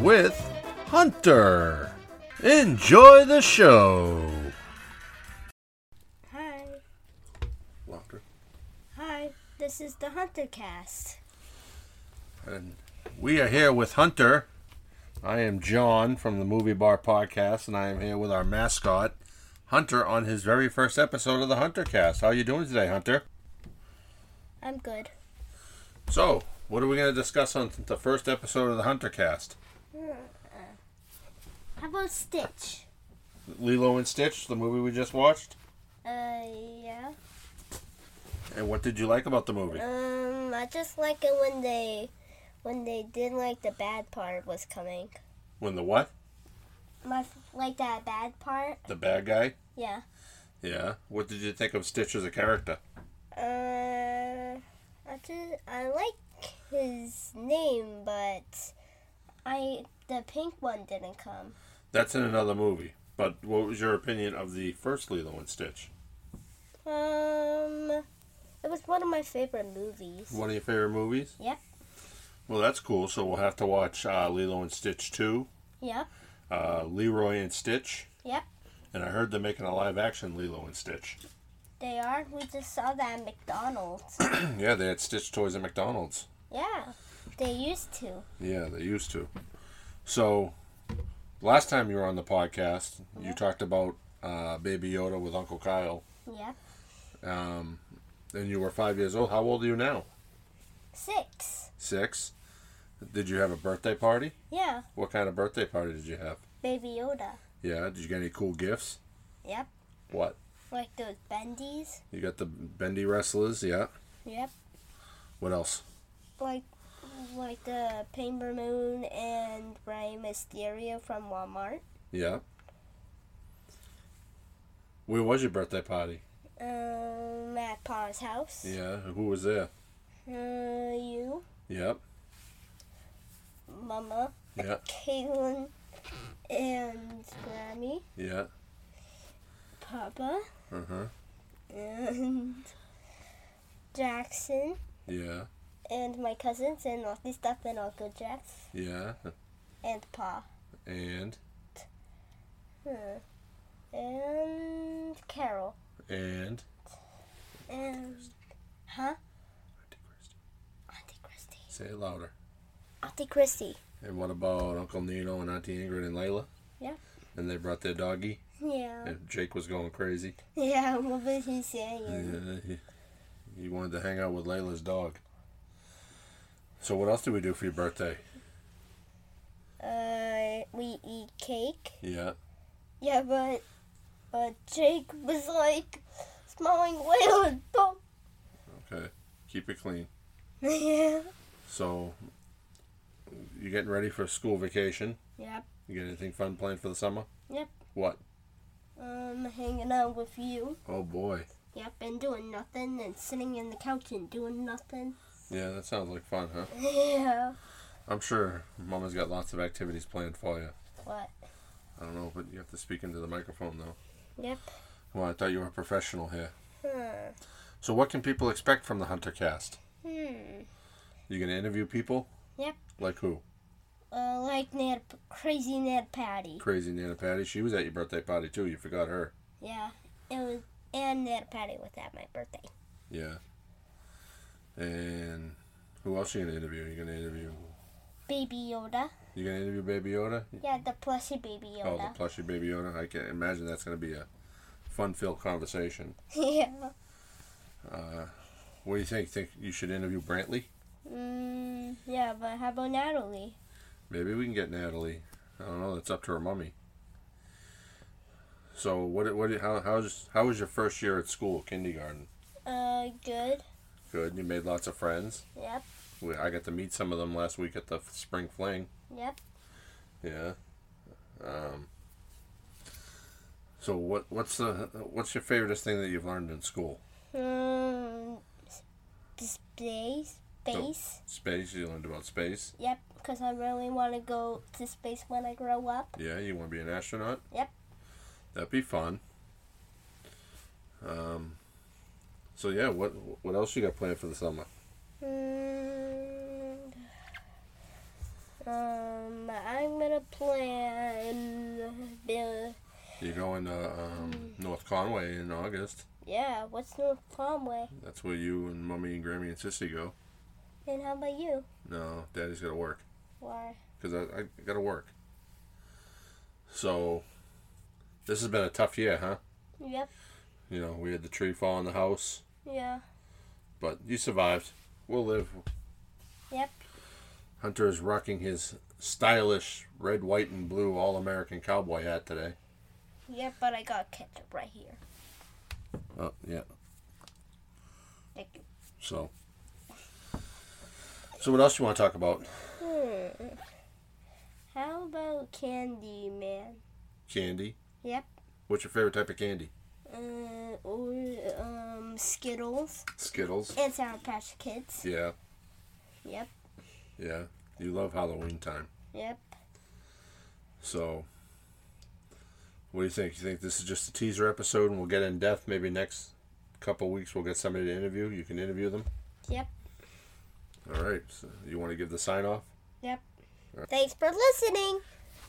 with Hunter. Enjoy the show. Hi. Laughter. Hi. This is the Hunter Cast. And we are here with Hunter. I am John from the Movie Bar Podcast, and I am here with our mascot, Hunter, on his very first episode of the Hunter Cast. How are you doing today, Hunter? I'm good. So, what are we going to discuss on the first episode of the Hunter Cast? How about Stitch? Lilo and Stitch, the movie we just watched. Uh, yeah. And what did you like about the movie? Um, I just like it when they, when they didn't like the bad part was coming. When the what? My f- like that bad part. The bad guy? Yeah. Yeah. What did you think of Stitch as a character? Uh, I just I like his name, but I the pink one didn't come. That's in another movie. But what was your opinion of the first Lilo and Stitch? Um, it was one of my favorite movies. One of your favorite movies? Yep. Well, that's cool. So we'll have to watch uh, Lilo and Stitch 2, Yep. uh, Leroy and Stitch. Yep. And I heard they're making a live action Lilo and Stitch. They are. We just saw that at McDonald's. yeah, they had Stitch toys at McDonald's. yeah, they used to. Yeah, they used to. So, last time you were on the podcast, you talked about uh, Baby Yoda with Uncle Kyle, Yeah. um, and you were five years old. How old are you now? Six. Six. Did you have a birthday party? Yeah. What kind of birthday party did you have? Baby Yoda. Yeah, did you get any cool gifts? Yep. What? Like those bendies. You got the bendy wrestlers, yeah. Yep. What else? Like like the Paper Moon and Rey Mysterio from Walmart. Yeah. Where was your birthday party? Um, at Pa's house. Yeah, who was there? Uh, you, Yep. Mama, Yeah. Caitlin, and Grammy, Yeah. Papa, Uh huh. and Jackson. Yeah. and my cousins and Naughty Stuff and Uncle Jeff Yeah. and Pa. And Hmm. And Carol. and And huh? Auntie Christie. say it louder. Auntie Christie. And what about Uncle Nino and Auntie Ingrid and Layla? Yeah. And they brought their doggy, Yeah. and Jake was going crazy. Yeah, what was he saying? Yeah, he, he wanted to hang out with Layla's dog. So what else did we do for your birthday? Uh we eat cake. Yeah. Yeah, but but Jake was like smelling whale and Okay. Keep it clean. Yeah. So you getting ready for school vacation? Yep. You got anything fun planned for the summer? Yep. What? Um hanging out with you. Oh boy. Yep, and doing nothing and sitting in the couch and doing nothing. Yeah, that sounds like fun, huh? Yeah. I'm sure Mama's got lots of activities planned for you. What? I don't know, but you have to speak into the microphone though. Yep. Well, I thought you were a professional here. Huh. So what can people expect from the Hunter cast? Hmm. You gonna interview people? Yep. Like who? Uh, like Ned, crazy Ned Patty. Crazy Nana Patty. She was at your birthday party too. You forgot her. Yeah. It was, and Ned Patty was at my birthday. Yeah. And who else you gonna interview? You gonna interview? Baby Yoda. You gonna interview Baby Yoda? Yeah, the plushy Baby Oh, the Yoda. plushy Baby Yoda. I can imagine that's gonna be a fun-filled conversation. yeah. Uh, what do you think? Think you should interview Brantley? Mm, yeah, but how about Natalie? Maybe we can get Natalie. I don't know. That's up to her mummy. So what? What? How? How's? How was your first year at school? Kindergarten. Uh, good. Good. You made lots of friends. Yep. We, I got to meet some of them last week at the f- spring fling. Yep. Yeah. Um, so what? What's the? What's your favorite thing that you've learned in school? Um, s- space. Space. Space. You learned about space. Yep, because I really want to go to space when I grow up. Yeah. You want to be an astronaut? Yep. That'd be fun. Um. So yeah, what what else you got planned for the summer? Hmm. Mm, Um, I I'm gonna plan. Bill. You're going to um, North Conway in August. Yeah, what's North Conway? That's where you and Mummy and Grammy and Sissy go. And how about you? No, Daddy's got to work Why? because I, I got to work. So, this has been a tough year, huh? Yep. You know, we had the tree fall on the house, Yeah. but you survived. We'll live. Yep. Hunter is rocking his stylish red, white, and blue All American cowboy hat today. Yep, but I got ketchup right here. Oh, yeah. Thank you. So, so what else you want to talk about? Hmm. How about Candyman? Candy. Yep. What's your favorite type of candy? Uh, or um Skittles Skittles. and Sour Patch Kids. Yeah, Yep. yeah. You love Halloween time. Yep. So, what do you think? You think this is just a teaser episode, and we'll get in depth maybe next couple weeks? We'll get somebody to interview. You can interview them. Yep. All right. So you want to give the sign off? Thanks for listening.